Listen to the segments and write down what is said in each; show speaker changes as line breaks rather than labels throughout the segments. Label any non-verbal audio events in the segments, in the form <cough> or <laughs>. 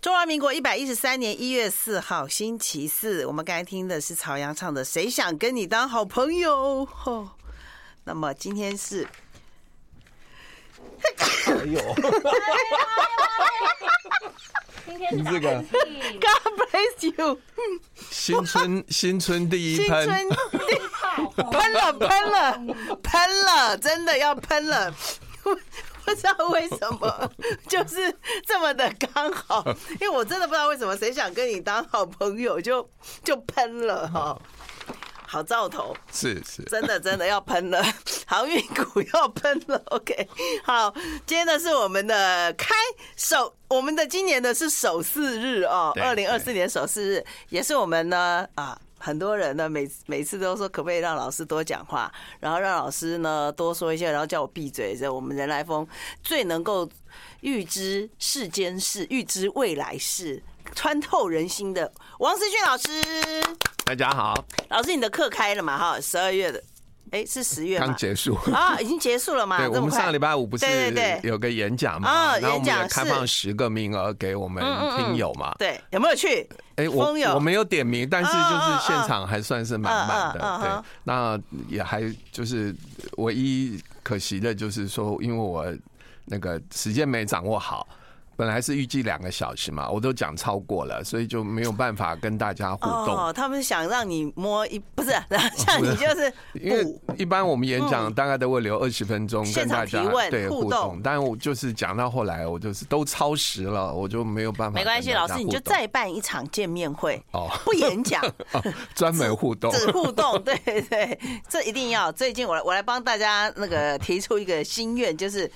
中华民国一百一十三年一月四号星期四，我们刚才听的是曹阳唱的《谁想跟你当好朋友》哦。那么今天是
哎呦，
今天是
你这个
<laughs> God bless you，
新春新春第一
新
喷，
春
炮，
喷了喷了喷了，真的要喷了。 <laughs> 不知道为什么，就是这么的刚好，因为我真的不知道为什么，谁想跟你当好朋友就就喷了哈、好兆头。
是是，
真的真的要喷了， <laughs> 航运股要喷了。OK，好，今天呢是我们的开首，我们的今年的是首四日哦，
对
二零二四年首四日，也是我们呢啊。很多人呢，每每次都说可不可以让老师多讲话，然后让老师呢多说一些，然后叫我闭嘴。这我们人来疯最能够预知世间事、预知未来事、穿透人心的王思俊老师。
大家好，
老师，你的课开了嘛？哈，十二月的，哎，是十月
刚
嘛？
结束。
啊，已经结束了嘛？
对，
这么
我们
快
上个礼拜五不是
对对对
有个演讲嘛，
哦
然后我
演
们
讲
也开
是
放十个名额给我们
嗯嗯
听友嘛。
对，有没有去？
哎，我
风友
我没有点名，但是
嗯嗯
就是
嗯
现场还算是满
嗯嗯
满
嗯
的
嗯。
对，那也还就是唯一可惜的就是说，因为我那个时间没掌握好。本来是预计两个小时嘛，我都讲超过了，所以就没有办法跟大家互动。
哦，他们想让你摸一， <laughs> 不
<laughs>
是，像你就是
因为
补
一般我们演讲大概都会留二十分
嗯
钟
现
跟
场
大家
提问
对
互动
互动，但我就是讲到后来，我就是都超时了，我就没有办法
没
跟大家
关
互动。
系，老师你就再办一场见面会，
哦
不演
<laughs>
讲，
专门互动，
只互
<laughs>
动，对对对，这一定要。最近我来我来帮大家那个提出一个心愿，就是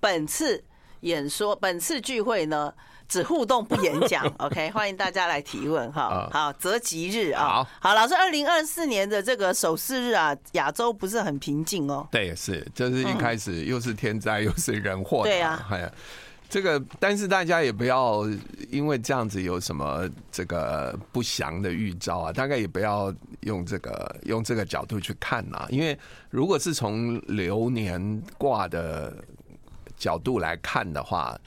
本次演说、本次聚会呢，只互动不演
<laughs>
讲。OK，欢迎大家来提问哈
啊。
好，择吉日啊
好。
好，老师，二零二四年的这个首四日啊，亚洲不是很平静哦。
对，是，就是一开始又是天灾又是人祸，
对啊
哎呀，这个但是大家也不要因为这样子有什么这个不祥的预兆啊，大概也不要用这个用这个角度去看啊，因为如果是从流年卦的角度来看的话。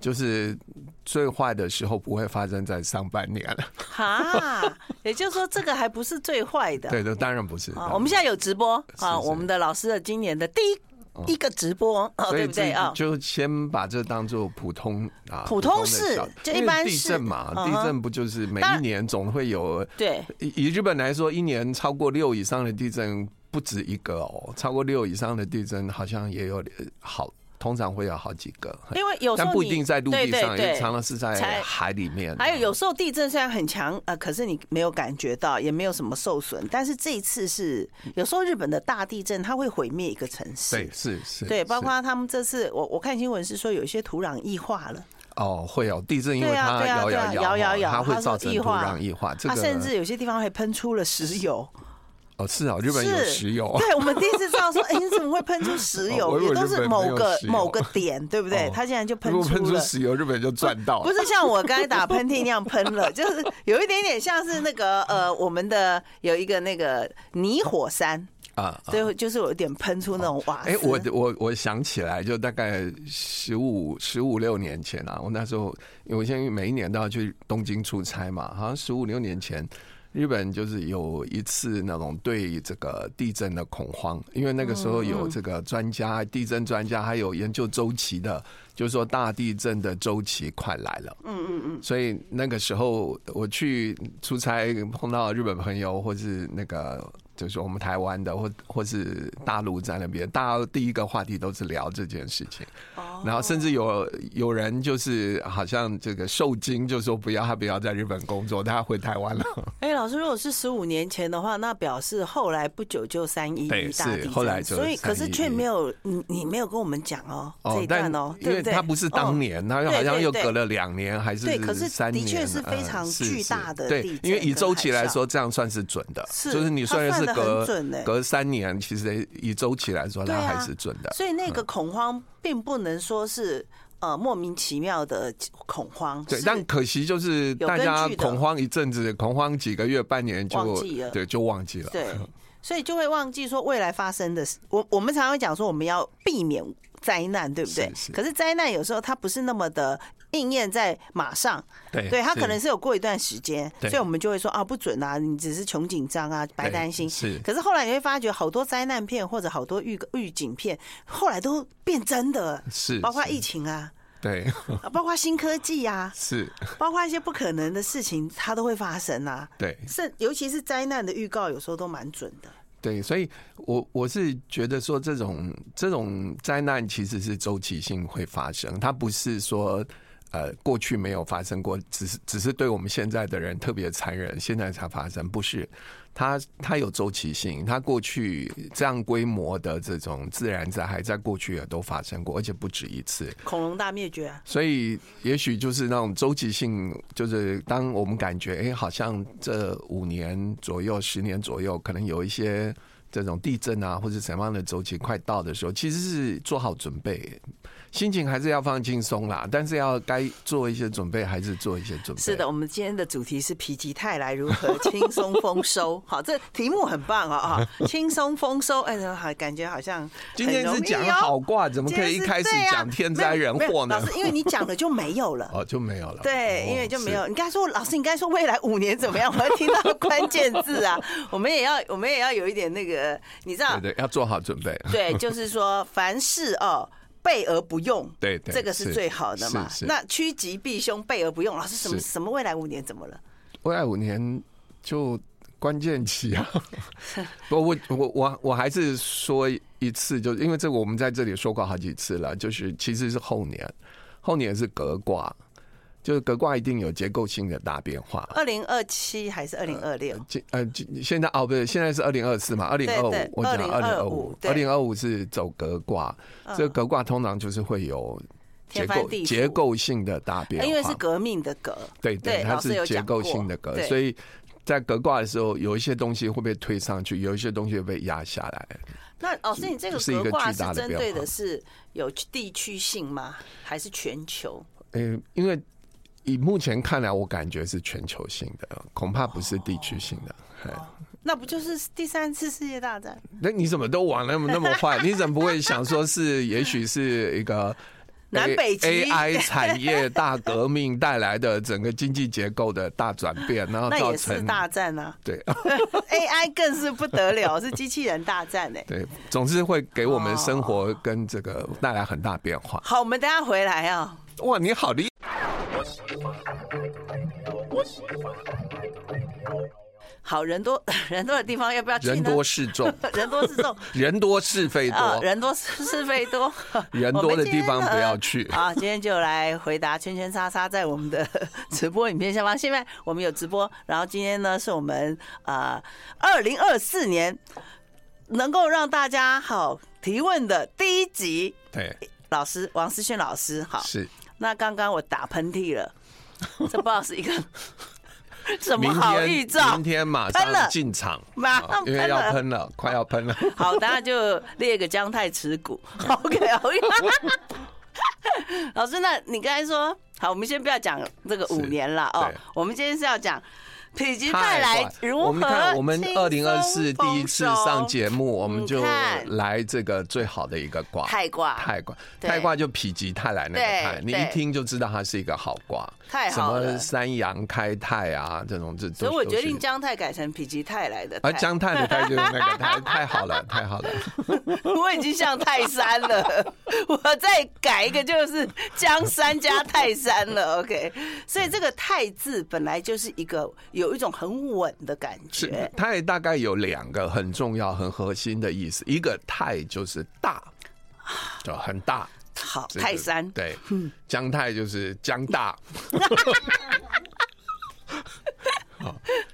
就是最坏的时候不会发生在上半年了，
哈，也就是说，这个还不是最坏的。
对的，当然不是。
啊，我们现在有直播
是
啊，
是
我们的老师的今年的第一一个直播，哦，
所
对
以
不对
这
啊？
就先把这当做普通啊，
普通事
的小
就
因
一
为
般
地
事
震嘛，
嗯
地
哼
震不就是每
当
一
然
年总会有？
对，
以以日本来说，一年超过六以上的地震不止一个哦，超过六以上的地震好像也有呃好，通常会有好几个。
因为有时
但
候
不
你
一定在陆地上，
对
也
对
常
对
常是在
才
海里面。
还有有时候地震虽然很强，呃，可是你没有感觉到，也没有什么受损。但是这一次是，有时候日本的大地震它会毁灭一个城市，
对是是，
对，包
是
括他们这次，我我看新闻是说有一些土壤异化了，
哦会有地震，因为
对啊
它
对啊
摇
对啊
摇
摇摇摇
它
它
会
是
造成
异
土
化
壤异化。这
它
个
甚至有些地方还喷出了石油。
哦是哦，日本有
是
石油啊，
对，我们第一次知道说，哎、你怎么会喷出石
哦
油？
我以为
也都
日
是
本
某
没有
个
石油
某个点，对不对
哦？
它竟然就喷
如果喷
出
出
了。
石油，日本就赚到了。
不是像我刚才打喷嚏那样喷了，就是有一点点像是那
<laughs>
个呃，我们的有一个那个泥火山，
啊，啊
最后就是有点喷出那种瓦斯。
哎、我我我想起来，就大概十五十五六年前啊，我那时候，因为我现在每一年都要去东京出差嘛，好像十五六年前，日本就是有一次那种对这个地震的恐慌，因为那个时
嗯
候有这个专家、地震专家，还有研究周期的，就是说大地震的周期快来了。所以那个时候我去出差碰到日本朋友，或是那个就是我们台湾的，或或是大陆在那边，大家第一个话题都是聊这件事情。然后甚至有有人就是好像这个受惊，就说不要他不要在日本工作，他回台湾了。
哎、老师，如果是十五年前的话，那表示后来不久就三一一
对
大地
是
震，
后来就
所以可是
311
却没有你，你没有跟我们讲哦、这一
但
段哦、
因
对
为
对？
他不是当年，他又
对
好像
对
又
对
隔了两年还是
对可是
三
的
年，
确是非
呃
常
是
巨
是
大的
对
地，
因为
震
以
跟
周期
海
来
啸
说，这样算是准的，
是
就是你
它
虽然
算
是
得很
隔
准欸
隔三年，其实以周期来说，
对
它
啊
还是准的。
所以那个恐慌并不能说是呃莫名其妙的恐慌，
对，
是
但可惜就是
有
大
根
家
据的
恐慌一阵子，恐慌几个月、半年就
忘记了
对，就忘记了。 <laughs>
对，所以就会忘记说未来发生的事。我我们常常会讲说我们要避免灾难，对不对？
是是
可是灾难有时候它不是那么的应验在马上，
对
对他可
哎是
能是有过一段时间，
对
所以我们就会说啊不准啊，你只是穷紧张啊，白
对
担心。
是
可是后来你会发觉，好多灾难片或者好多预预警片，后来都变真的，
是，
包括
是
疫情啊，
对
啊包括新科技
<laughs>
啊，
是，
包括一些不可能的事情，它都会发生啊。
对
是，尤其是灾难的预告，有时候都蛮准的。
对，所以我我是觉得说这种这种灾难其实是周期性会发生，它不是说。呃，过去没有发生过，只是只是对我们现在的人特别残忍，现在才发生，不是？它它有周期性，它过去这样规模的这种自然灾害，在过去也都发生过，而且不止一次。
恐龙大灭绝啊，
所以，也许就是那种周期性，就是当我们感觉，哎、好像这五年左右、十年左右，可能有一些这种地震啊，或者什么样的周期快到的时候，其实是做好准备，心情还是要放轻松啦，但是要该做一些准备，还是做一些准备。
是的，，我们今天的主题是否极泰来如何轻松丰
<laughs>
收。好，这题目很棒哦，啊，轻松丰收，哎，好，感觉好像
今
很
天
容
是
易
讲
哦
好，话，怎么
今
可
天
以一
是
开始
对啊
讲天灾
没有
人
没有
祸呢
老？师，因为你讲了就没有了。
<laughs> 哦，就没有了。
对，
哦
因为就没
是
有。你刚才说，老师，你刚才说未来五年怎么样？我要听到关键字啊，我们也要，我们也要有一点那个，你知道，
对对，要做好准备。 <laughs>
对，就是说凡事哦。备而不用，
对对
这个是
是
最好的嘛
是。是
那趋吉避凶，备而不用，老师什么
是
什么未来五年怎么了？
未来五年就关键期
<laughs>
啊！不，我我我我还是说一次，就因为这个我们在这里说过好几次了，就是其实是后年，后年是革卦，就是革卦一定有结构性的大变化。
二零二七还是二零二六？
今呃，今现在哦，不是，现在是二零二四嘛，二零二
对对
五，我讲二零二
2025
五，
对嗯
二零二五是走革卦，这个革卦通常就是会有结
天翻
构
地覆呃
结构性的大变化，
因为是革命的革，
呃对对，
对
它
老师
是
有
结
讲
构
过
性的格，
对
所以在格卦的时候，有一些东西会被推上去，有一些东西会被压下来。
那老师，你这个
是一个
革卦
巨
是
大的
针
变
对
化
的是有地区性吗？还是全球？
呃，因为以目前看来，我感觉是全球性的，恐怕不是地区性的。嘿
那不就是第三次世界大战？
那你怎么都往那么那么坏？你怎么不会想说是，也许是一个 A,
<laughs> 南北极
AI 产业大革命带来的整个经济结构的大转变，然后
那
造
也是
成
大战啊 <laughs>
对 <laughs>
！AI 更是不得了，是机器人大战
<laughs>
哎、
对，总之会给我们
哦
生活跟这个带来很大变化。
好，我们等一下回来啊、
哇，你好厉
好人多 <laughs> 人多的地方要不要去呢？
人多势
<laughs>
众，
人多
<laughs>
势众
人多是非
啊，
多，
人多是是非多，。
<laughs> 人多的地方不要去
<laughs> 好，今天就来回答圈圈叉叉在我们的 <laughs> 直播影片下方。现在我们有直播，然后今天呢是我们啊二零二四年能够让大家好提问的第一集。
对，
老师王思炫老师，好，
是
那刚刚我打喷嚏了，这不知道是一个 <laughs> 什么
明
好预兆
天，明天马
喷了
上进场，
马上
啊因为
喷
要
了
喷了，快要
<laughs>
喷了。
好，大家就列个姜太持
<laughs>
股。OK，好呀。 <laughs> 老师，那你刚才说，好，我们先不要讲这个五
是
年了哦
对，
我们今天是要讲否极泰
太
来
快
如何
我们看，我们
轻松
二零二四第一次上节目，我们就
你看
来这个最好的一个卦。
丰收太卦，
太卦，
对
太卦就否极泰来那个
对
泰，你
对
一听就知道它是一个好卦。
太
什
好了
么三阳开泰啊，这种这，
所以
都
我
都
决
是
定姜太改成否极泰来的
而
泰，
啊姜太的太就是那个
<laughs>
太，太好了，太好了。
我已经像泰山
<laughs>
了，我再改一个就是江山加泰山了。OK，所以这个泰字本来就是一个有一种很稳的感
是
觉，
泰大概有两个很重要、很核心的意思，一个泰就是大，就很大，
好，
这个
泰山。嗯
对，姜泰就是姜大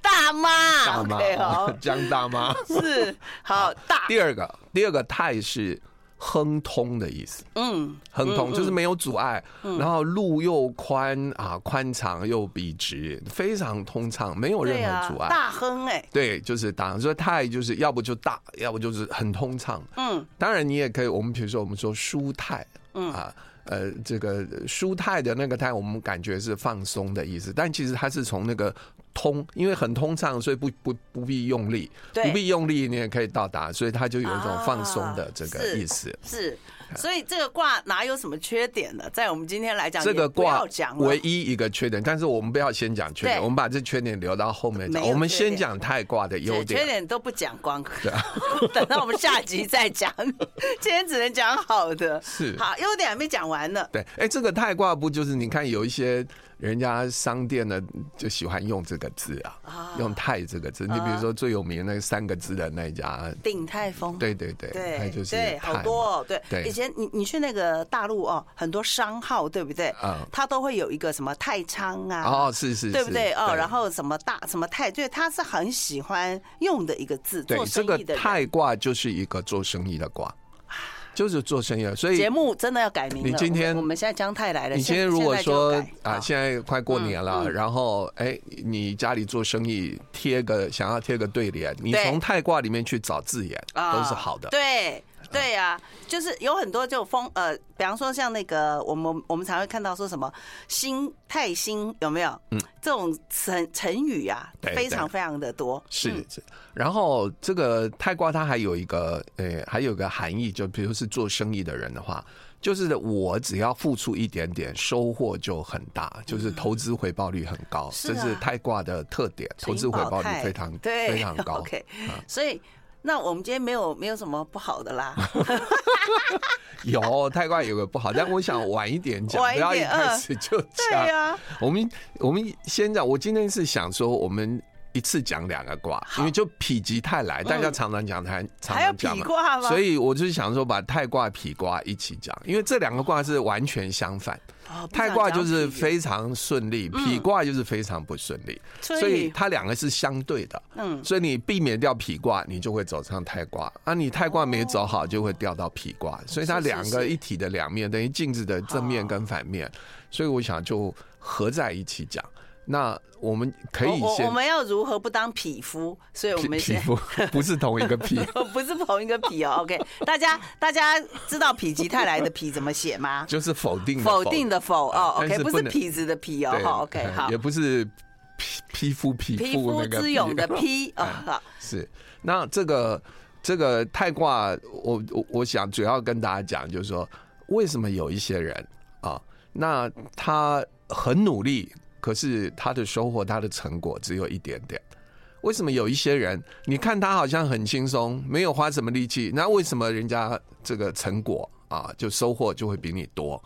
大哦妈，
大
OK，
妈
好，，
<laughs> 姜大妈。
是好
<laughs>
大，
第二个，第二个泰是亨通的意思，
嗯，
亨通就是没有阻碍，然后路又宽啊，宽敞又笔直，非常通畅，没有任
对啊
何阻，碍。
大亨哎，
对，就是大，所以泰就是要不就大，要不就是很通畅。
嗯，
当然，你也可以，我们比如说我们说舒泰，嗯啊，呃，这个舒泰的那个泰，我们感觉是放松的意思，但其实它是从那个通，因为很通畅，所以不不不必用力，
对
不必用力你也可以到达，所以它就有一种
啊
放松的这个
是
意思。
是所以这个卦哪有什么缺点呢？在我们今天来讲，
这个
也不
卦
要讲了
唯一一个缺点，但是我们不要先讲缺点，
对
我们把这缺点留到后面讲。
没有
我们
缺点
先讲泰卦的优
对缺
点。啊
点都不讲
<laughs>
光， <laughs> 等到我们下集再讲。 <laughs> 今天只能讲好的，
是
好优点还没讲完呢。
对，哎、这个泰卦不就是你看有一些人家商店呢就喜欢用这个字啊，用泰这个字。你
啊
比如说最有名的那三个字的那一家，
鼎泰丰，
对对对，它
嗯对
就是
对，
泰
好
嘛
多哦，对
对
以前你你去那个大陆哦，很多商号对不对
嗯？
它都会有一个什么太仓啊。
哦，是是，
对不
是
对？哦，然后什么大什么泰，对，他是很喜欢用的一个字，
对
做
这
生
个
意的人啊
泰卦就是一个做生意的卦，就是做生意的，所以
节目真的要改名了。
你今天
我们我们现在姜太来了，
你
现
今天如果说
现在就改
啊，
好嗯
现在快过年了，然后哎，你家里做生意贴个想要贴个对联，你
对啊
从泰卦里面去找字眼都是好的。
对对呀、就是有很多就风呃，比方说像那个我们我们常会看到说什么“新泰新”有没有？嗯，这种成成语啊，
对
非常
对
非常的多。
是
嗯
是，然后这个泰卦它还有一个呃，还有一个含义，就比如是做生意的人的话，就是我只要付出一点点，收获就很大，就是投资回报率很高，
嗯是
这是
啊
泰卦的特点，投资回报率非常
对
非常高。
<laughs>
啊
OK，、所以那我们今天没有没有什么不好的
<laughs>
啦，
<laughs> 有泰卦有个不好，但我想晚一点讲，
<laughs> 晚一
不要一
点
开
嗯
始就讲
对。啊呀、
我们我们先讲，我今天是想说，我们一次讲两个卦，因为就否极泰来，大家常常讲，常常
还要
常讲
比
嘛。
卦吗？
所以我就是想说，把泰卦、否卦一起讲，因为这两个卦是完全相反。
哦不
泰
想
卦
讲
就是
比
非常顺利，否卦就是非常不顺利，
所以
所以它两个是相对的。
嗯
所以你避免掉否卦，你就会走上泰卦；啊，你泰卦没走好，就会掉到否卦。
嗯
所以它
是是
两个
是
一体的两面，等于镜子的正面跟反面。所以我想就合在一起讲。那我们可以
我我
先
我们要如何不当匹夫？所以我们
匹
<laughs> 先
夫不是同一个
<laughs>
匹，
不是同一个匹哦。OK，大家大家知道否极泰来的否怎么写吗？
就是否 <laughs> 定的
否定的否哦
但
，OK，
是
不
不
是
能
痞子的痞哦
对
哈，OK
呃
好
也，不是匹匹夫匹
匹
夫
夫
那个
之
匹哎
勇的匹哦，好，
是，那这个这个泰卦，我我我想主要跟大家讲，就是说为什么有一些人啊，那他很努力，可是他的收获、他的成果只有一点点。为什么有一些人，你看他好像很轻松，没有花什么力气，那为什么人家这个成果啊，就收获就会比你多？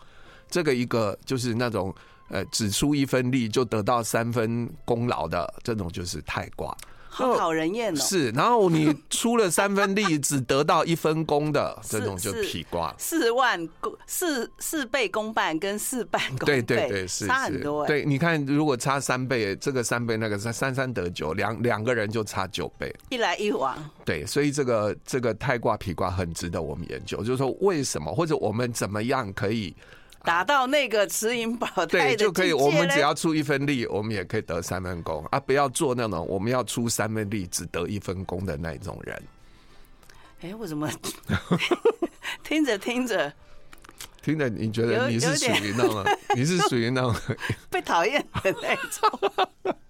这个一个就是那种呃，只出一分力就得到三分功劳的这种，就是泰卦。
好讨人厌哦，
是，然后你出了三分力，只得到一分功的
<laughs>
这种就是皮瓜。
四万公四四倍公办跟四半公倍，
对对对，是
差
是
很多哎，
对，你看，如果差三倍，这个三倍，那个三三三得九，两两个人就差九倍。
一来一往，
对，所以这个这个泰卦皮卦很值得我们研究，就是说为什么，或者我们怎么样可以
达到那个持盈保泰
对
的
就可以，
境界
我们
嘞
只要出一分力，我们也可以得三分功啊！不要做那种我们要出三分力只得一分功的那种人。
哎，为什么 <laughs> 听着听着
听着，你觉
有
得你是
有
属
点
于那种，你是属于那种
被讨厌的那种？ <laughs>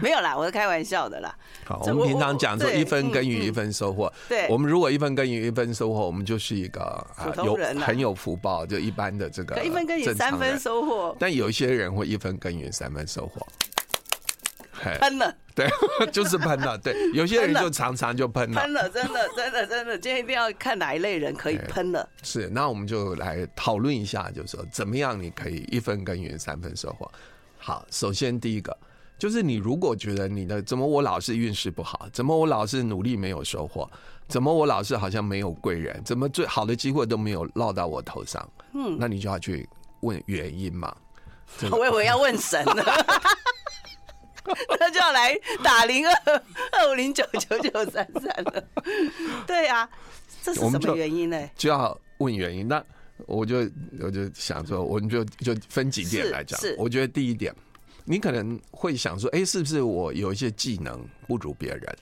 没有啦，我是开玩笑的啦。
好，
这
我们
我
平
我
常讲说
对
一分
嗯
耕耘一分收获，
对
我们如果一分耕耘一分收获，我们就是一个啊
普通
有
人啊
很有福报，就一般的这个
可一分耕耘
呃正
三
常
分
人，
收获，
但有一些人会一分耕耘三分收获。嘿，
喷了。
对， <laughs> 就是喷了。对，有些人
喷了
就常常就喷了
喷。了，真的， <laughs> 真的，真的，今天一定要看哪一类人可以喷了。
是，那我们就来讨论一下，就是说怎么样你可以一分耕耘三分收获。好，首先第一个就是你如果觉得你的怎么我老是运势不好，怎么我老是努力没有收获，怎么我老是好像没有贵人，怎么最好的机会都没有落到我头上，嗯，那你就要去问原因嘛。这个
我以为要问神了， <laughs> 那就要来打零二二五零九九九三三了。对啊，这是
我
什
们就
么原因呢？
就要问原因。那我就我就想说，我们就就分几点
是
来讲
是。
我觉得第一点，你可能会想说，哎、是不是我有一些技能不如别人？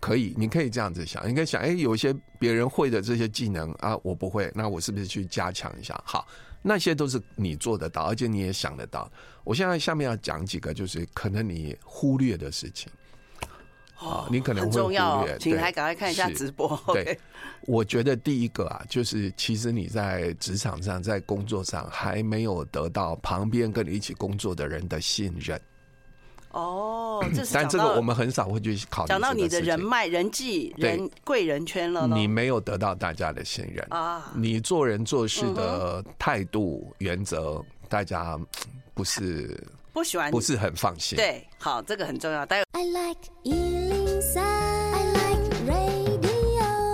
可以，你可以这样子想，你可以想，哎、有一些别人会的这些技能啊，我不会，那我是不是去加强一下？好，那些都是你做得到，而且你也想得到。我现在下面要讲几个，就是可能你忽略的事情。啊，你可能
很
会忽
重要哦
略。，
请
对
还赶快看一下
是
直播。 <laughs>
对，我觉得第一个啊，就是其实你在职场上、在工作上还没有得到旁边跟你一起工作的人的信任，
哦，这是
但
讲
这个
到
我们很少会去考虑。
讲到你的人，脉、人际、
对
人贵人圈了咯
你没有得到大家的信任，
啊，嗯
你做人做事的态度、原则，大家嗯不是
不喜欢
不是很放心。
对，好，这个很重要。待会
I like Ealing Sound. I like radio.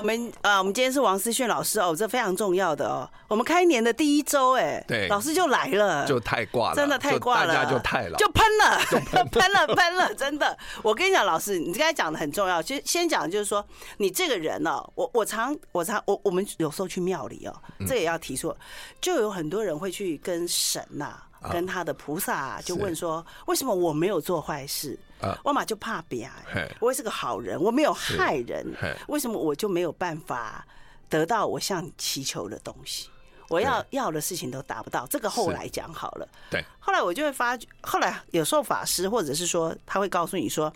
我们啊，我们今天是王思炫老师哦，这非常重要的哦。我们开年的第一周，哎，
对
老师就来了，
就太挂了，
真的太
就
挂了，
大家就太了，
就喷
<laughs>
了，就 <laughs> 喷了，喷了，真的。我跟你讲，老师，你刚才讲的很重要。先先讲就是说，你这个人哦，我我常我常我我们有时候去庙里哦，
嗯
这也要提出，就有很多人会去跟神呐、
啊
跟他的菩萨、啊、就问
是
说，为什么我没有做坏事
啊？
我嘛就怕别人
嘿，
我也是个好人，我没有害人
嘿，
为什么我就没有办法得到我向你祈求的东西？我要要的事情都达不到，这个后
是
来讲好了。
对
后来我就会发觉，后来有时候法师或者是说他会告诉你说，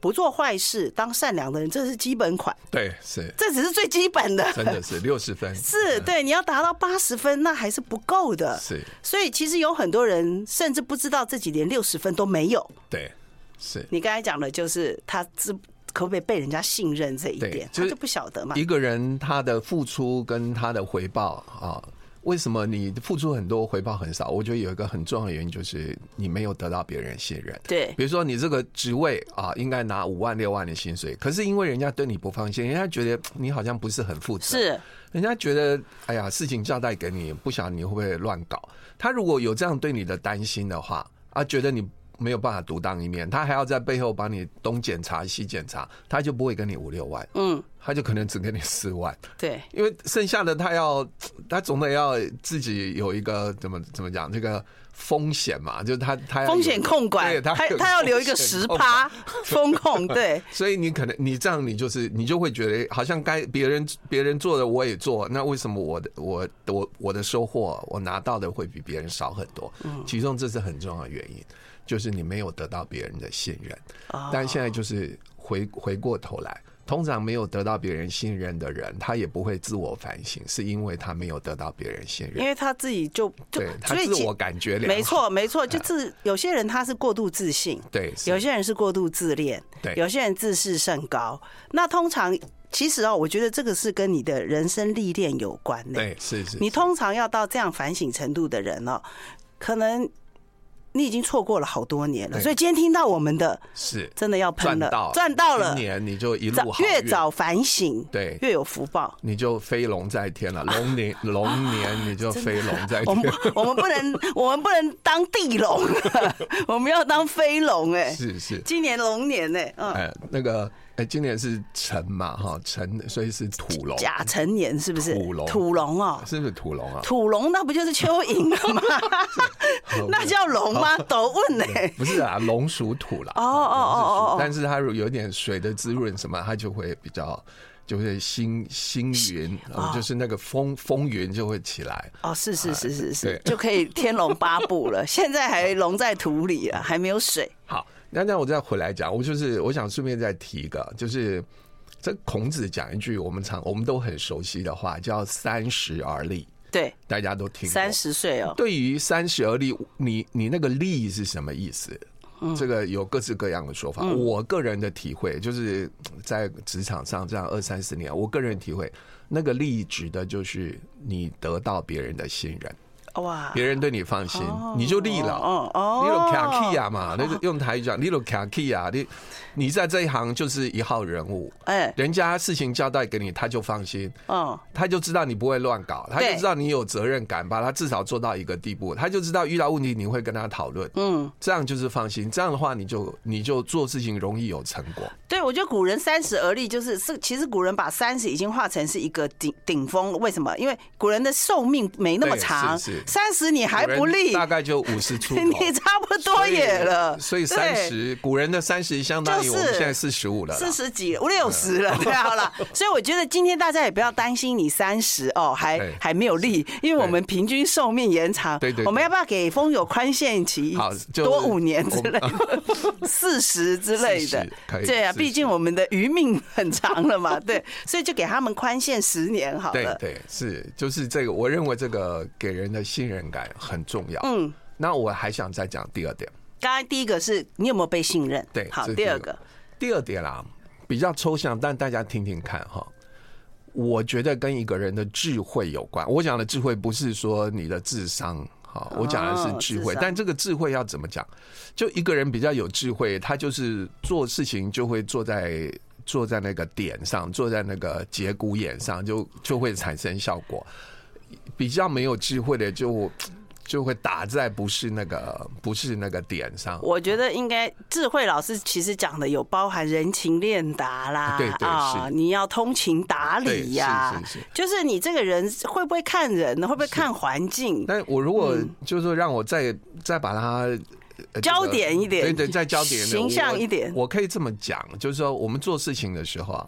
不做坏事，当善良的人，这是基本款，
对是。
这只是最基本的。
真
<laughs>
的是六十分，
是对，你要达到八十分，那还是不够的。
嗯是，
所以其实有很多人甚至不知道自己连六十分都没有。
对，是
你刚才讲的就是他知可不可以被人家信任这一
对
点，他
就是
就不晓得嘛。
一个人他的付出跟他的回报啊。为什么你付出很多，回报很少？我觉得有一个很重要的原因就是你没有得到别人信任。
对
比如说你这个职位啊，应该拿五万六万的薪水，可是因为人家对你不放心，人家觉得嘖你好像不是很负责，
是
人家觉得哎呀，事情交代给你，不晓得你会不会乱搞。他如果有这样对你的担心的话，啊，觉得你没有办法独当一面，他还要在背后帮你东检查西检查，他就不会给你五六万，
嗯，
他就可能只给你四万，
对，
因为剩下的他要，他总得要自己有一个怎么怎么讲这个风险嘛，就是他他要有
风险控
哎对
管，
他
他
有
他要留一个
风
十
险控管
趴风控，
<laughs>
对。
所以你可能你这样，你就是你就会觉得好像该别人别人做的我也做，那为什么我的我我我的收获我拿到的会比别人少很多？
嗯
其中这是很重要的原因，就是你没有得到别人的信任。
啊
但现在就是回回过头来，通常没有得到别人信任的人，他也不会自我反省，是因为他没有得到别人信
因
任，
为他自己就就
对他
所以
自
其
我感觉良好
没错没错，就是有些人他是过度自信，
对，哎是
有些人是过度自恋，
对
有些人自视甚高。那通常其实哦，我觉得这个是跟你的人生历练有关的。
对是是，
你通常要到这样反省程度的人哦，可能你已经错过了好多年了。
对
所以今天听到我们的，
是
真的要喷
赚
了，
到
赚到了
今，年你就一
早
路好
越
运
早反省，
对
越有福报。
你就飞龙在
<laughs>
天了，龙年龙年你就飞龙在
我 <laughs> 们
<laughs> 天，
我们不能，我们不能当地龙， <laughs> 我们要当飞龙哎、
是是，
今年龙年哎、嗯，
哎，那个哎，今年是辰嘛哈，辰所以是土龙，
甲辰年是不是？
土龙
土龙哦，
是不是土龙啊？
土龙那不就是蚯蚓了吗？ <laughs> 那叫龙吗？都问呢、
不是啊，龙属土了。
哦哦哦哦哦
但是它如果有点水的滋润什么，它就会比较。就会星星云，啊就是那个风风云就会起来。
哦，是是是是是
哎对，
就可以天龙八部了。 <laughs> 现在还龙在土里啊，还没有水。
好，那那我再回来讲，我就是我想顺便再提一个，就是这孔子讲一句我们常我们都很熟悉的话，叫“三十而立”。
对，
大家都听过。
三，十岁哦，
对于三十而立，你你那个立是什么意思？
嗯
这个有各式各样的说法。我个人的体会就是在职场上这样二三十年，我个人体会，那个利指的就是你得到别人的信任，
哇，
别人对你放心，你就立了。
啊哦哦，
你有卡 key 啊嘛？那个用台语讲，你有卡 key 啊，你你在这一行就是一号人物，
哎，
人家事情交代给你，他就放心。
哦，
他就知道你不会乱搞，他
对
就知道你有责任感，把他至少做到一个地步，他就知道遇到问题你会跟他讨论，
嗯，
这样就是放心。这样的话，你就你就做事情容易有成果。
对，我觉得古人三十而立，就是是其实古人把三十已经化成是一个顶顶峰，为什么？因为古人的寿命没那么
对
长
是是，
三十你还不立，
大概就五十出头。
<laughs> 你差不多也了，
所
对
以三十，古人的三十相当于
就
我
是
们现在四十五了啦。哦
四十几了，五六十了，对啊， <laughs> 好了。所以我觉得今天大家也不要担心你三十哦，还
对
还没有立，因为我们平均寿命延长。
哎对对对
我们要不要给风友宽限期
好，就
多
是
五年之
我们
类的， <laughs> 四十之类的
40可？以
对啊，
40
毕竟我们的余命很长了
<laughs>
嘛，对，所以就给他们宽限十年好
对
了。
对，是就是这个，我认为这个给人的信任感很重要。
嗯，
那我还想再讲第二点，
刚才第一个是你有没有被信任？
对
好，
这是
第二
第一个
个，
第二点啦，比较抽象，但大家听听看哈。我觉得跟一个人的智慧有关。我讲的智慧不是说你的智商，哈，我讲的是智
哦智
慧。
商
但这个智慧要怎么讲？就一个人比较有智慧，他就是做事情就会坐在坐在那个点上，坐在那个节骨眼上，就就会产生效果。比较没有智慧的就就会打在不是那个不是那个点上。
我觉得应该智慧老师其实讲的有包含人情练达啦，
对对
啊，
是
你要通情达理呀、
对是是是
就是你这个人会不会看人，会不会看环境，
但我如果就是说让我再、再把它、呃这个
嗯焦点一点
对对，再焦点一点
形象一点
我我可以这么讲，就是说我们做事情的时候啊，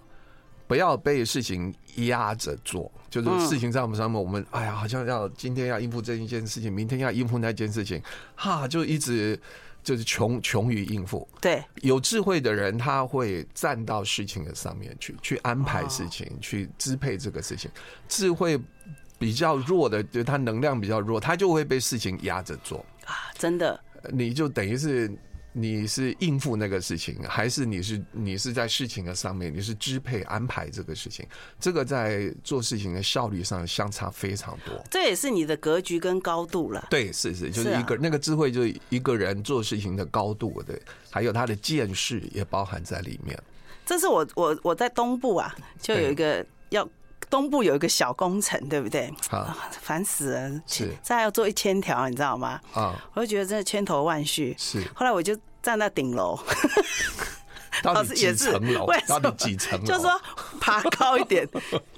不要被事情压着做，就是
嗯
事情在我们上面，我们哎呀，好像要今天要应付这一件事情，明天要应付那件事情，哈，就一直就是穷穷于应付。
对，
有智慧的人，他会站到事情的上面去，去安排事情，去支配这个事情。智慧比较弱的，就他能量比较弱，他就会被事情压着做。呃
啊，真的
你就等于是你是应付那个事情，还是你是你是在事情的上面，你是支配安排这个事情？这个在做事情的效率上相差非常多。
这也是你的格局跟高度了。
对，是是，就是是
啊
一个、那个智慧，就是一个人做事情的高度，对，还有他的见识也包含在里面。
这是我我我在东部啊，就有一个要东部有一个小工程，对不对？
啊
啊，烦死了，
是
再要做一千条，你知道吗？
啊，
我就觉得真的千头万绪。
是
后来我就站在顶楼。
到
<laughs> 老
底
师
哦几
也是
层楼
为？什
到
么
底几层楼？
就说爬高一
<laughs>
点，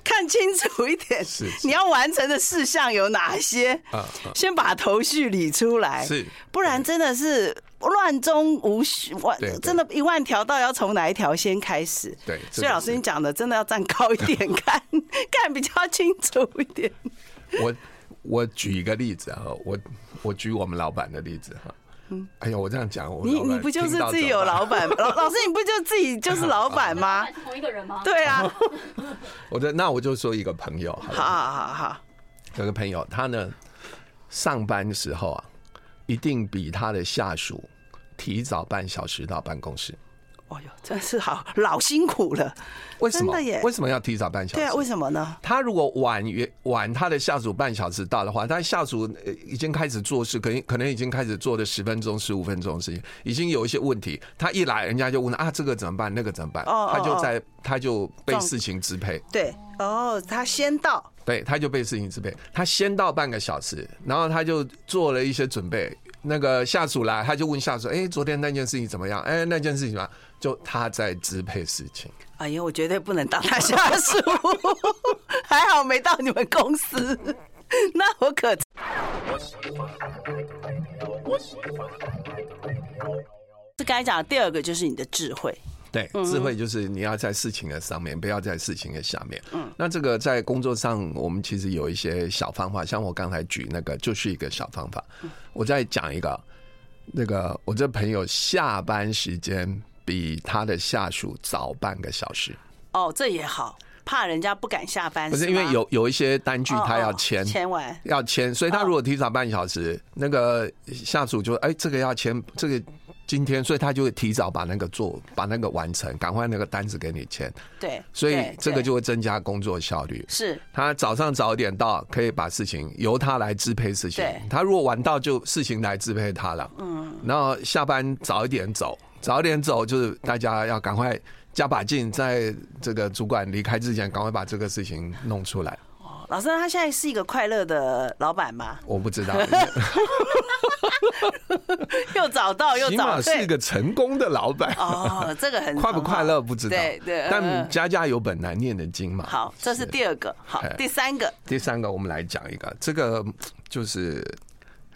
看清楚一点
是，是
你要完成的事项有哪些，
啊啊，
先把头绪理出来，
是
不然真的是乱中无序，我
对对
真的，一万条到底要从哪一条先开始？
对
所
真
以
的
老师
是
你讲的真的要站高一
<laughs>
点看，看比较清楚一点。
我我举一个例子啊，我我举我们老板的例子哈。哎呀，我这样讲，我
嗯你
老板
你不就是
听到
自己
怎么
有
办
老
<laughs>
板吗？老老师你不就自己就是老板吗？
是同一个人吗？
啊对啊，
我的那我就说一个朋友好
好
了，
好好好，
有个朋友他呢上班的时候啊，一定比他的下属提早半小时到办公室。
哦呦，真是好老辛苦了，
为什么
真的耶？
为什么要提早半小时？
对啊，为什么呢？
他如果晚约晚他的下属半小时到的话，他下属呃已经开始做事，可能可能已经开始做了十分钟、十五分钟的事情，已经有一些问题。他一来，人家就问啊，这个怎么办？那个怎么办？
哦哦
他就在他就被
撞
事情支配，
对，哦，他先到，
对，他就被事情支配。他先到半个小时，然后他就做了一些准备。那个下属来，他就问下属：“哎，昨天那件事情怎么样？哎，那件事情怎么样？”就他在支配事情。
哎呀，我绝对不能当他下
<laughs>
属，还好没到你们公司，那我可是刚才讲的第二个就是你的智慧，
对，
嗯
智慧就是你要在事情的上面，不要在事情的下面。嗯，那这个在工作上，我们其实有一些小方法，像我刚才举那个就是一个小方法。
嗯
我再讲一个，那个我这朋友下班时间比他的下属早半个小时，
哦，这也好，怕人家不敢下班，
不是
哎吗
因为有有一些单据
哦
他要
哦
签。
签哦完，
要签，所以他如果提早半小时，那个下属就哎，这个要签，这个今天，所以他就会提早把那个做，把那个完成，赶快那个单子给你签。
对，
所以
对
这个
对
就会增加工作效率。
是
他早上早点到，可以把事情由他来支配事情
对。
他如果晚到，就事情来支配他了。嗯，然后下班早一点走，早一点走就是大家要赶快加把劲，在这个主管离开之前，赶快把这个事情弄出来。
<laughs> 哦老师，那他现在是一个快乐的老板吗？
我不知道，
<laughs> 又找到又
起
找
码是
对
一。个成功的老板。
<laughs> 哦，这
<laughs>
个很
快不快乐不知道，
对对，嗯
但
嗯
家家有本难念的经嘛。
好，这是第二个。好
哎，
第三个，
第三个，我们来讲一个，这个嗯就是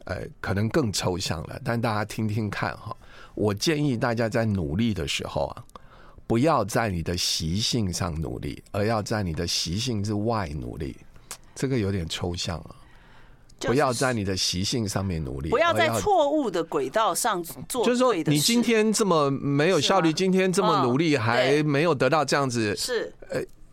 呃，可能更抽象了，但大家听听看哈。我建议大家在努力的时候啊，不要在你的习性上努力，而要在你的习性之外努力。这个有点抽象啊，
就是
不要在你的习性上面努力，
不要在
而
错误的轨道上做
就是说，
对的
你今
事
天这么没有
是
效率，
吗
今天这
嗯
么努力，还
对
没有得到这样子
是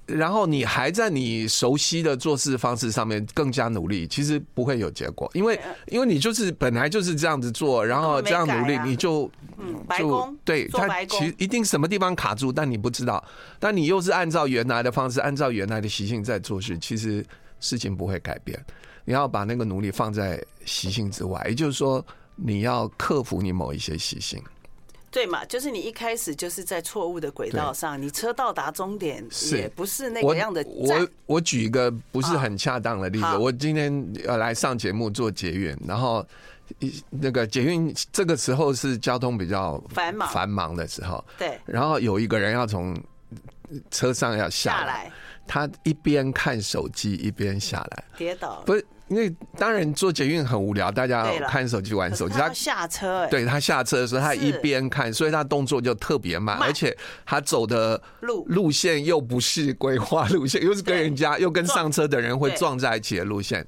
然后你还在你熟悉的做事方式上面更加努力，其实不会有结果，因为因为你就是本来就是这样子做，然后这样努力，
啊根本没改啊
你就
嗯，白
就
宫
对
做
它
白
其实
宫，
一定什么地方卡住，但你不知道，但你又是按照原来的方式，按照原来的习性在做事，其实事情不会改变。你要把那个努力放在习性之外，也就是说，你要克服你某一些习性。
对嘛？就是你一开始就是在错误的轨道上，你车到达终点
是
也不是那
我
个样的
我
站
我举一个不是很恰当的例子，
好
我今天呃来上节目做捷运，然后一那个捷运这个时候是交通比较
繁忙
繁忙的时候，
对
然后有一个人要从车上要下
下
来，
来
他一边看手机一边下来，
跌倒了，
不是因为当然做捷运很无聊，大家
对了
看手机玩手机，
他要下车哎，
对他下车的时候，他
是
一边看，所以他动作就特别慢，
慢
而且他走的
路
路线又不是规划路线，又是跟
对
人家又跟
撞
上车的人会
对
撞在一起的路线，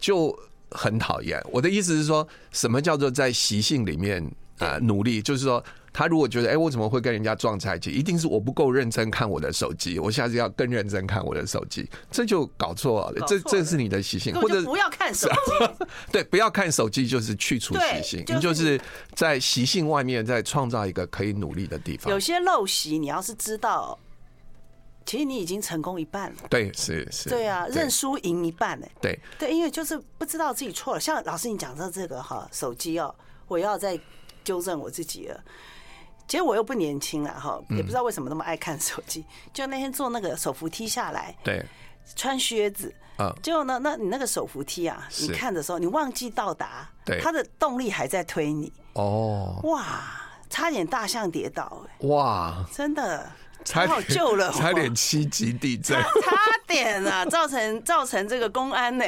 就很讨厌。我的意思是说，什么叫做在习性里面啊、呃努力？就是说。他如果觉得，哎、我怎么会跟人家撞在一起？一定是我不够认真看我的手机，我下次要更认真看我的手机，这就搞错了。
搞
这
错
这
了
是你的习性，
根
或
本
者
就不要看手机，
对，不要看手机，就是去除习性，
对
你就
就是
是在习性外面再创造一个可以努力的地
有
方。
些陋习你要是知道，其实你已经成功一半了。
对，是是，
对啊，认输赢一半哎，
对，
对，因为就是不知道自己错了。像老师你讲到这个哈，手机哦，我要再纠正我自己了。其实我又不年轻了哈，
嗯
也不知道为什么那么爱看手机。就那天坐那个手扶梯下来，
对，
穿靴子，
啊，
结果呢，那你那个手扶梯啊，
是
你看的时候你忘记到达
对，
它的动力还在推你，
哦，
哇，差点大象跌倒、哎
哇，
真的太
差
好
点
救了我，
<laughs> 差点七级地
<laughs>
震
差，差点啊，造成造成这个公
<laughs>
安呢、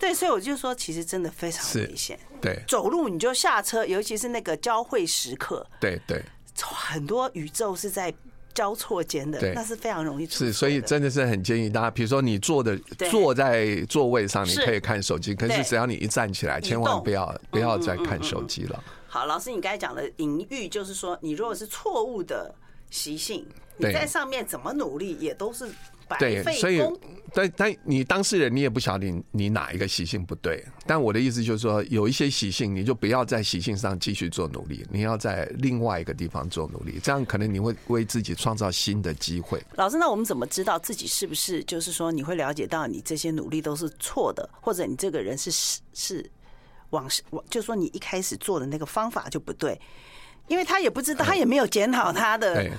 对，所以我就说，其实真的非常
是
危险。
对，
走路你就下车，尤其是那个交汇时刻，
对对
很多宇宙是在交错间的
对，
那是非常容易出错
是，
的
所以真的是很建议大家，比如说你坐的
对
坐在座位上，你
是
可以看手机，可是
对嗯
只要你一站起来，千万不要不要再看手机了。
好。老师，你刚才讲的隐喻就是说，你如果是错误的习性，
对
你在上面怎么努力也都是白
对，所
费
以
功。
但但你当事人你也不晓得你你哪一个习性不对，但我的意思就是说，有一些习性你就不要在习性上继续做努力，你要在另外一个地方做努力，这样可能你会为自己创造新的机会。
老师，那我们怎么知道自己是不是就是说你会了解到你这些努力都是错的，或者你这个人是是是往往，就说你一开始做的那个方法就不对，因为他也不知道，他也没有检讨他的
对，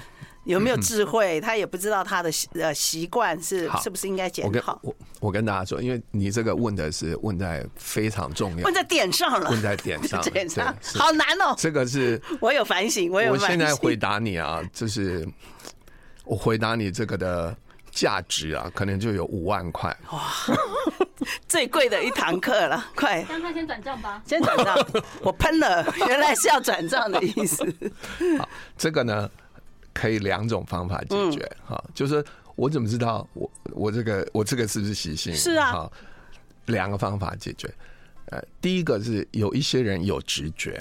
有没有智慧，他也不知道他的习呃习惯是
<laughs> 好
是不是应该检
我跟
讨，
我我跟大家说，因为你这个问的是问在非常重要
问，在点上了，
问在
<laughs>
点上了，
点
对
上，
是
好难哦。
这
<laughs>
个是
我有反省，我有
我
反
现
省。
在回答你啊，就是我回答你这个的价值啊，可能就有五万块。
最贵的一堂课了，快
让他先转账吧。
先转账。
<laughs>
我喷了，原来是要转账的意思。
这个呢，可以两种方法解决
嗯
哈、就是我怎么知道我我这个我这个是不是习性？
是啊
哈，两个方法解决。呃，第一个是有一些人有直觉，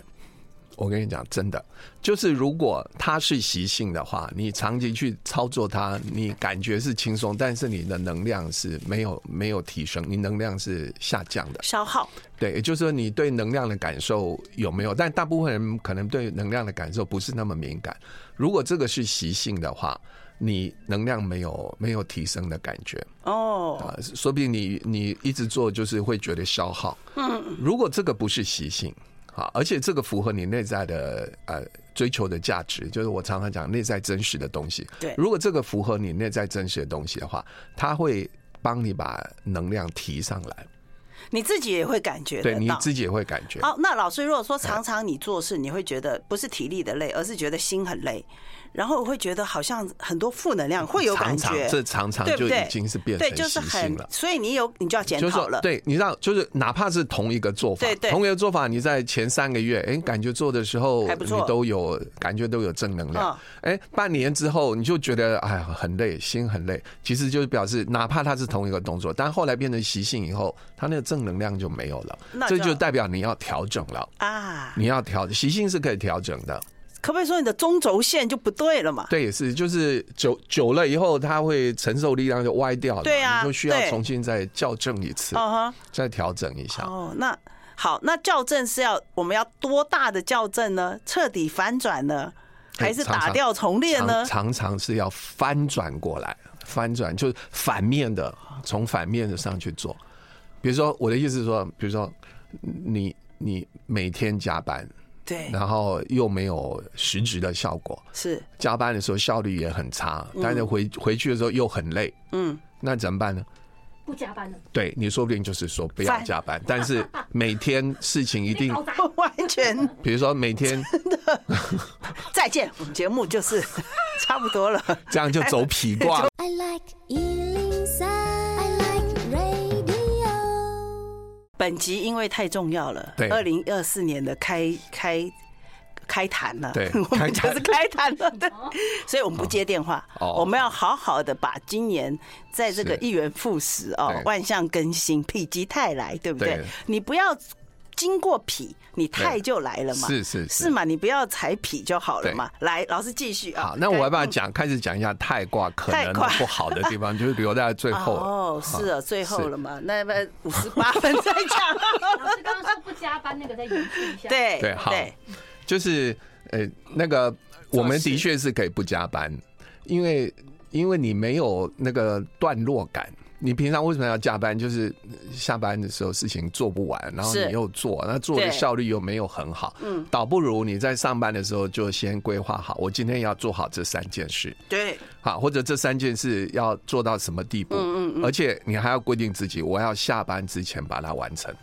我跟你讲，真的，就是如果它是习性的话，你长期去操作它，你感觉是轻松，但是你的能量是没有没有提升，你能量是下降的。
消耗
对，也就是说你对能量的感受有没有？但大部分人可能对能量的感受不是那么敏感。如果这个是习性的话，你能量没有没有提升的感觉
哦。
啊，说不定你你一直做就是会觉得消耗。嗯，如果这个不是习性啊，而且这个符合你内在的呃追求的价值，就是我常常讲内在真实的东西。
对
如果这个符合你内在真实的东西的话，它会帮你把能量提上来。
你自己也会感觉得
对你
到。
自己也会感觉。
好，那老师如果说常常你做事，你会觉得不是体力的累，而是觉得心很累，然后我会觉得好像很多负能量会有感
常
觉
常，这常常
对
就
不对？
已经是变
对，
成
就是
习性
很
了，。
所以你有你就要检
就是
讨
说
了，，
对，你知道，就是哪怕是同一个做法
对，对
同一个做法，你在前三个月，哎，感觉做的时候
还不
你
错
都有感觉都有正能量
嗯，
哎，半年之后你就觉得哎呀很累，心很累，其实就是表示哪怕它是同一个动作，但后来变成习性以后，它那个正能量就没有了
那，就
这就代表你要调整了，
啊，
你要调习性是可以调整的，
可不可以说你的中轴线就不对了嘛？
<laughs> 对，也是，就是久久了以后，它会承受力量就歪掉了，
对啊
你就需要
对
重新再校正一次，
哦
再调整一
哈，
下。
哦，那好，那校正是要我们要多大的校正呢？彻底反转呢，还是
常
打
常
掉重练呢
常？常常是要翻转过来，翻转就是反面的，从反面的上去做。比如说，我的意思是说，比如说你你每天加班，
对，
然后又没有实质的效果，
是， <laughs>
加班的时候效率也很差，但是回回去的时候又很累，
嗯，
那怎么办呢？
不加班了，
对你说不定就是说不要
翻
加班，但是每天事情一
<laughs>
定
哎搞砸，
完全
比如说每天
再见，我们节目就是 <laughs> 差不多了。
这样就走皮挂
<laughs>
了。
I like Ealing Sound. I like radio.
本集因为太重要了，
对
二零二四年的开开。开坛了，
对
<laughs> 我们就是开坛了，对， <laughs> 所以我们不接电话，
哦
我们要好好的把今年在这个
是
一元复始哦
对，
万象更新，否极泰来，对不对
对？
你不要经过否，你泰
对
就来了嘛，
是是
是
是。
嘛？你不要踩否就好了嘛。来，老师继续啊。
好，那我要不要
嗯
讲？开始讲一下太卦可
太
能
卦
不好的地方，就是留在最后了。
哦，是啊，最后
是
了嘛，那么五十八分再
<laughs>
讲。
老师刚刚说不加班那个再延续一下，，
对
对好就是呃，那个我们的确是可以不加班，因为因为你没有那个段落感。你平常为什么要加班？就是下班的时候事情做不完，然后
是
你又做，那做的
对
效率又没有很好，嗯，倒不如你在上班的时候就先规划好，我今天要做好这三件事，
对
好，或者这三件事要做到什么地步？嗯嗯而且你还要规定自己，我要下班之前把它完成。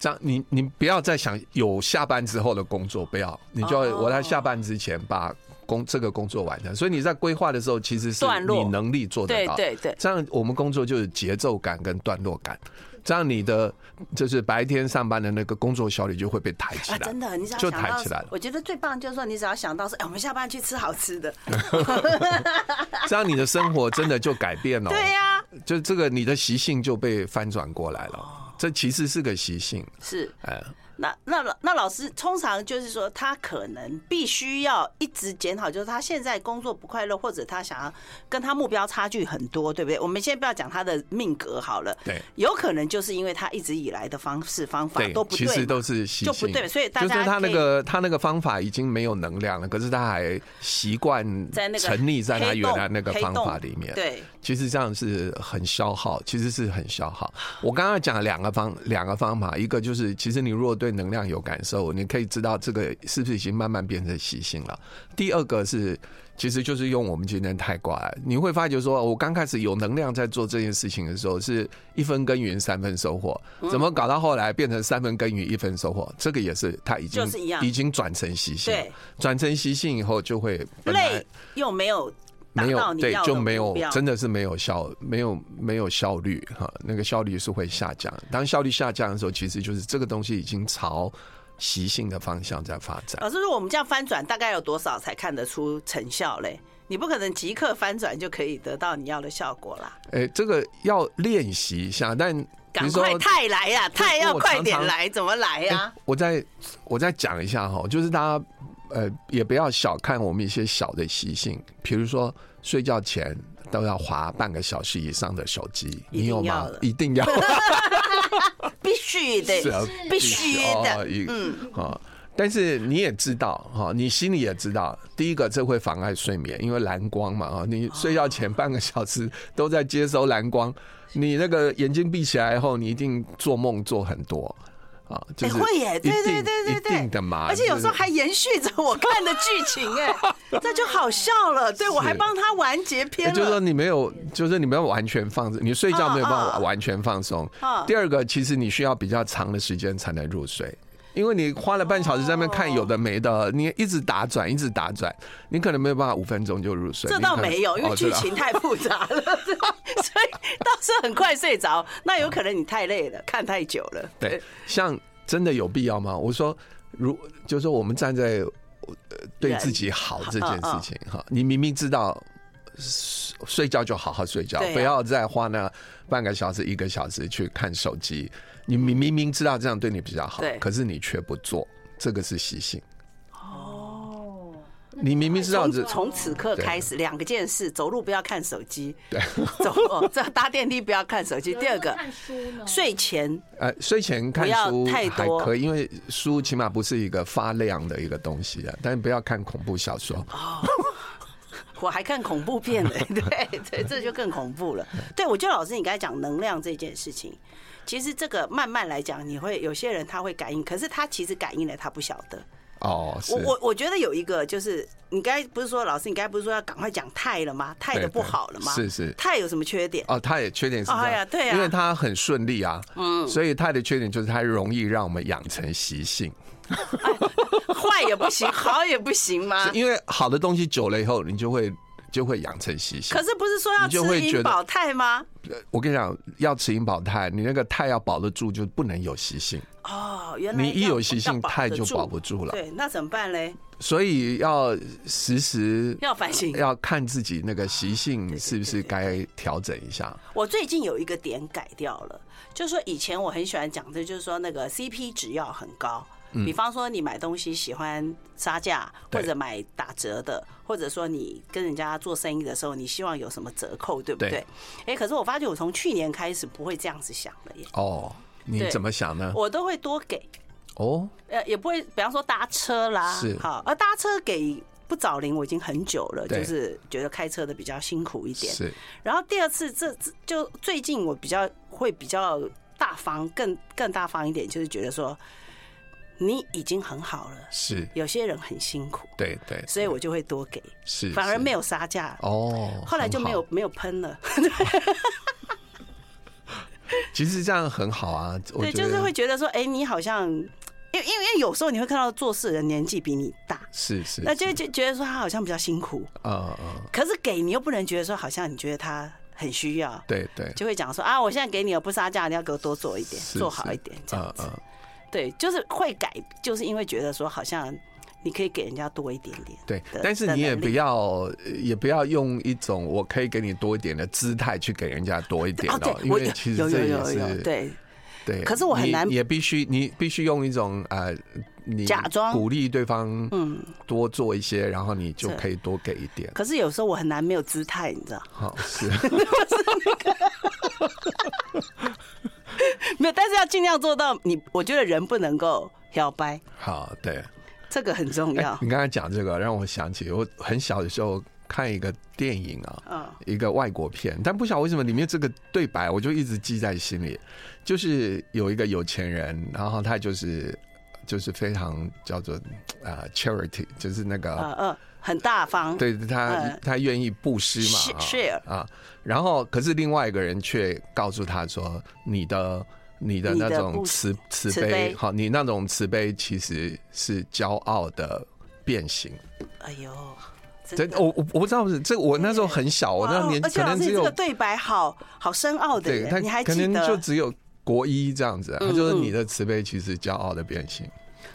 这样，你你不要再想有下班之后的工作，不要，你就要
哦
我在下班之前把工这个工作完成。所以你在规划的时候，其实是
段落
你能力做得
对
到。
对对，
这样我们工作就有节奏感跟段落感，这样你的就是白天上班的那个工作效率就会被抬起
啊，
来。
真的，你只要
就
想到
抬起来了。
<laughs> 我觉得最棒就是说，你只要想到说，哎，我们下班去吃好吃
<laughs>
的，
这样你的生活真的就改变了。哦
对
<laughs>
呀，
就这个你的习性就被翻转过来了，这其实是个习性，
是。
哎，
那那老那老师通常就是说，他可能必须要一直检讨，就是他现在工作不快乐，或者他想要跟他目标差距很多，对不对？我们先不要讲他的命格好了，
对
有可能就是因为他一直以来的方式方法
对
都，不对
其
嘛，
实都是习
就不
性，
对所以大
就
家
是他
可
那
以
个他那个方法已经没有能量了，可是他还习惯
在那个
沉溺在他
黑
原来
洞
那个
黑
方
洞
法里面，
对，
其实这样是很消耗，其实是很消耗。我刚刚讲两个方两个方法，一个就是其实你如果对能量有感受，你可以知道这个是不是已经慢慢变成习性了。第二个是，其实就是用我们今天太卦，你会发觉说，哦我刚开始有能量在做这件事情的时候，是一分耕耘三分收获，
嗯
怎么搞到后来变成三分耕耘一分收获？这个也是它已经
就是一样
已经转成习性了
对，
转成习性以后就会啊本来
累又没有达
没
到
有
你
对
要的
就没有
目标
真的是没有效，没有没有效率哈，那个效率是会下降。当效率下降的时候，其实就是这个东西已经朝习性的方向在发展。
老师说我们这样翻转大概有多少才看得出成效嘞？你不可能即刻翻转就可以得到你要的效果啦，
哎、这个要练习一下，但比
赶
如说
快太来呀，太要快点来，怎么来啊
哎 <laughs>
呀？
我再我再讲一下哈，就是大家呃也不要小看我们一些小的习性，比如说睡觉前都要划半个小时以上的手机，
一定
你有
要
吗
的？
一定
<laughs>
要。
必须
是
得
啊，
必须的，
嗯啊。但是你也知道哈，你心里也知道，第一个这会妨碍睡眠，因为蓝光嘛啊，
哦
你睡觉前半个小时都在接收蓝光，你那个眼睛闭起来后，你一定做梦做很多。啊，就是
哎会耶对对
一定
对对对
一定的嘛，
而且有时候
就是
还延续着我看的剧情，
<laughs>
哎，这就好笑了。对我还帮他完结篇
啊就是说
了，
你没有，就是你没有完全放松，你睡觉没有办
啊啊
法完全放松
啊。
第二个，其实你需要比较长的时间才能入睡。因为你花了半小时在那边看有的没的，你一直打转，一直打转，你可能没有办法五分钟就入睡。
这
你
倒
可能
没有，因为
哦
剧
真的啊
情太复杂了， <laughs> 对所以倒是很快睡着。那有可能你太累了，看太久了。
对，像真的有必要吗？我说，如就是说我们站在呃对
人
自己好这件
嗯
事
嗯
情哈，你明明知道睡睡觉就好好睡觉
对，啊
不要再花那半个小时一个小时去看手机。你明明明知道这样对你比较好
对，
可是你却不做，这个是习性。
哦，
你明明知道这
从从此刻
对
开始，两个件事：走路不要看手机，对， <laughs> 走哦这搭电梯不要看手机。第二个，
看书呢，
睡前
呃，睡前看
不要
书
太
还
多
可以，因为书起码不是一个发亮的一个东西啊，但不要看恐怖小说。
哦我还看恐怖片呢， <laughs> 对对，这就更恐怖了。对，我觉得老师你刚才讲能量这件事情，其实这个慢慢来讲，你会有些人他会感应，可是他其实感应了，他不晓得。
哦，是
我我我觉得有一个就是，你刚才不是说老师，你刚才不是说要赶快讲太了吗？太的
对
不
对
好了吗？
是是
太有什么缺点？
哦，他也缺点是这样，
哎呀对呀
因为他很顺利啊，嗯，所以他的缺点就是他容易让我们养成习性，
坏也不行，好也不行
<laughs>
吗？
因为好的东西久了以后，你就会就会养成习性
可。是不是说要
你就
吃
会觉
银
得
保泰吗？
我跟你讲，要吃银保泰，你那个泰要保得住，就不能有习性，
哦，原来
你一
要
有习
要
性，
保
泰
得
就
住
保不住了。
对，那怎么办嘞？
所以要时时
要啊反省。
要看自己那个习性是不是该调整一下。
我最近有一个点改掉了，就是说以前我很喜欢讲的，就是说那个 CP 值要很高。比方说，你买东西喜欢杀价，
嗯对
或者买打折的，或者说你跟人家做生意的时候，你希望有什么折扣，对不对
对？
哎，可是我发觉我从去年开始不会这样子想了耶，
哦，你
对
怎么想呢？
我都会多给，
哦，
呃，也不会，比方说搭车啦，
是
好，而搭车给不找零，我已经很久了，
对
就是觉得开车的比较辛苦一点。
是
然后第二次这这就最近我比较会比较大方，更更大方一点，就是觉得说你已经很好了，
是，
有些人很辛苦，
对对，
所以我就会多给，
是
反而
是
没有杀价。
哦，
后来就
很
没
好
有没有喷了， <laughs>
其实这样很好啊，我
对，
觉得
就是会觉得说，哎，你好像，因为因为因为有时候你会看到做事的人年纪比你大，
是是，
那就就觉得说他好像比较辛苦，
呃呃，
可是给你又不能觉得说好像你觉得他很需要，
对对，
就会讲说啊，我现在给你了不杀价，你要给我多做一点，
是
做好
是
一点这样子。
呃呃
对，就是会改，就是因为觉得说好像你可以给人家多一点点。
对
的，
但是
的
你也
能
不
力
要呃也不要用一种我可以给你多一点的姿态去给人家多一点
哦，对
哦，，因
我
为其
有
实这
有
也
有有，
是
对
对，
可是我很
你
难
也必须你必须用一种呃，你
假装
鼓励对方
嗯。
多做一些，然后你就是可以多给一点，
可是有时候我很难没有姿态，你知
<laughs>
道？<laughs>
好是
没有，但是要尽量做到你。我觉得人不能够摇摆，
好对。
这个很重
哎
要。
你刚才讲这个让我想起我很小的时候看一个电影啊，
嗯，
一个外国片，但不晓得为什么里面这个对白我就一直记在心里。就是有一个有钱人，然后他就是就是非常叫做啊、呃 charity，就是那个、
呃呃，很大方。
对他、
呃
他愿意布施嘛
Share
啊啊，然后可是另外一个人却告诉他说你的。你的
你的
那种
布施
慈慈
慈
悲
悲，
好，你那种慈悲其实是骄傲的变形。
哎呦，
真我我我不知道是这，我那时候很小，我那
哇
年
哦而且
可
老
能
师，
只
你这
有
个对白好好深奥的
对他
耶，你还
可
记
能就
得？
只有国一这样子，啊
嗯
他就是你的慈悲其实骄傲的变形。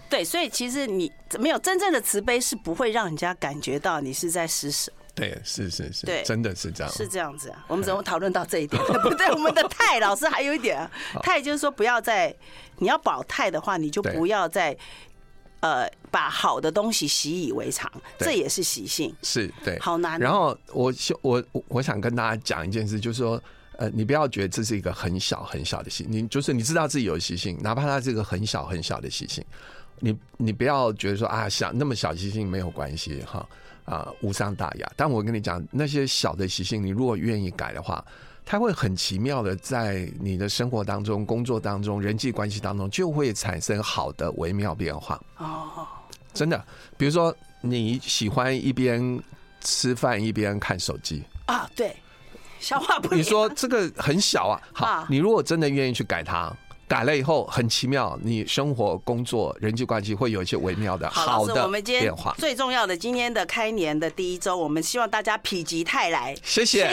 对，所以其实你没有真正的慈悲，是不会让人家感觉到你是在施舍。
对，是是是
对，
真的是这样。
是这样子啊，我们怎
哎
么讨论到这一点？ <laughs> 不对，我们的态老师还有一点、啊，态就是说不要再，你要保态的话，你就
哦对
不要再，呃，把好的东西习以为常，
对
这也是习性。
是对，
好难哦
然后我希我我我想跟大家讲一件事，就是说，呃，你不要觉得这是一个很小很小的习，你就是你知道自己有习性，哪怕它是一个很小很小的习性，你你不要觉得说啊，小那么小习性没有关系哈啊，无伤大雅。但我跟你讲，那些小的习性，你如果愿意改的话，它会很奇妙的在你的生活当中、工作当中、人际关系当中，就会产生好的微妙变化。
哦，
真的，比如说你喜欢一边吃饭一边看手机，
啊，对，消化不良。
你说这个很小啊，好
啊，
你如果真的愿意去改它。改了以后很奇妙，你生活、工作、人际关系会有一些微妙的
好，
好
老师，
的
我们今
变
天
化。
最重要的，今天的开年的第一周，我们希望大家否极泰来，
谢谢。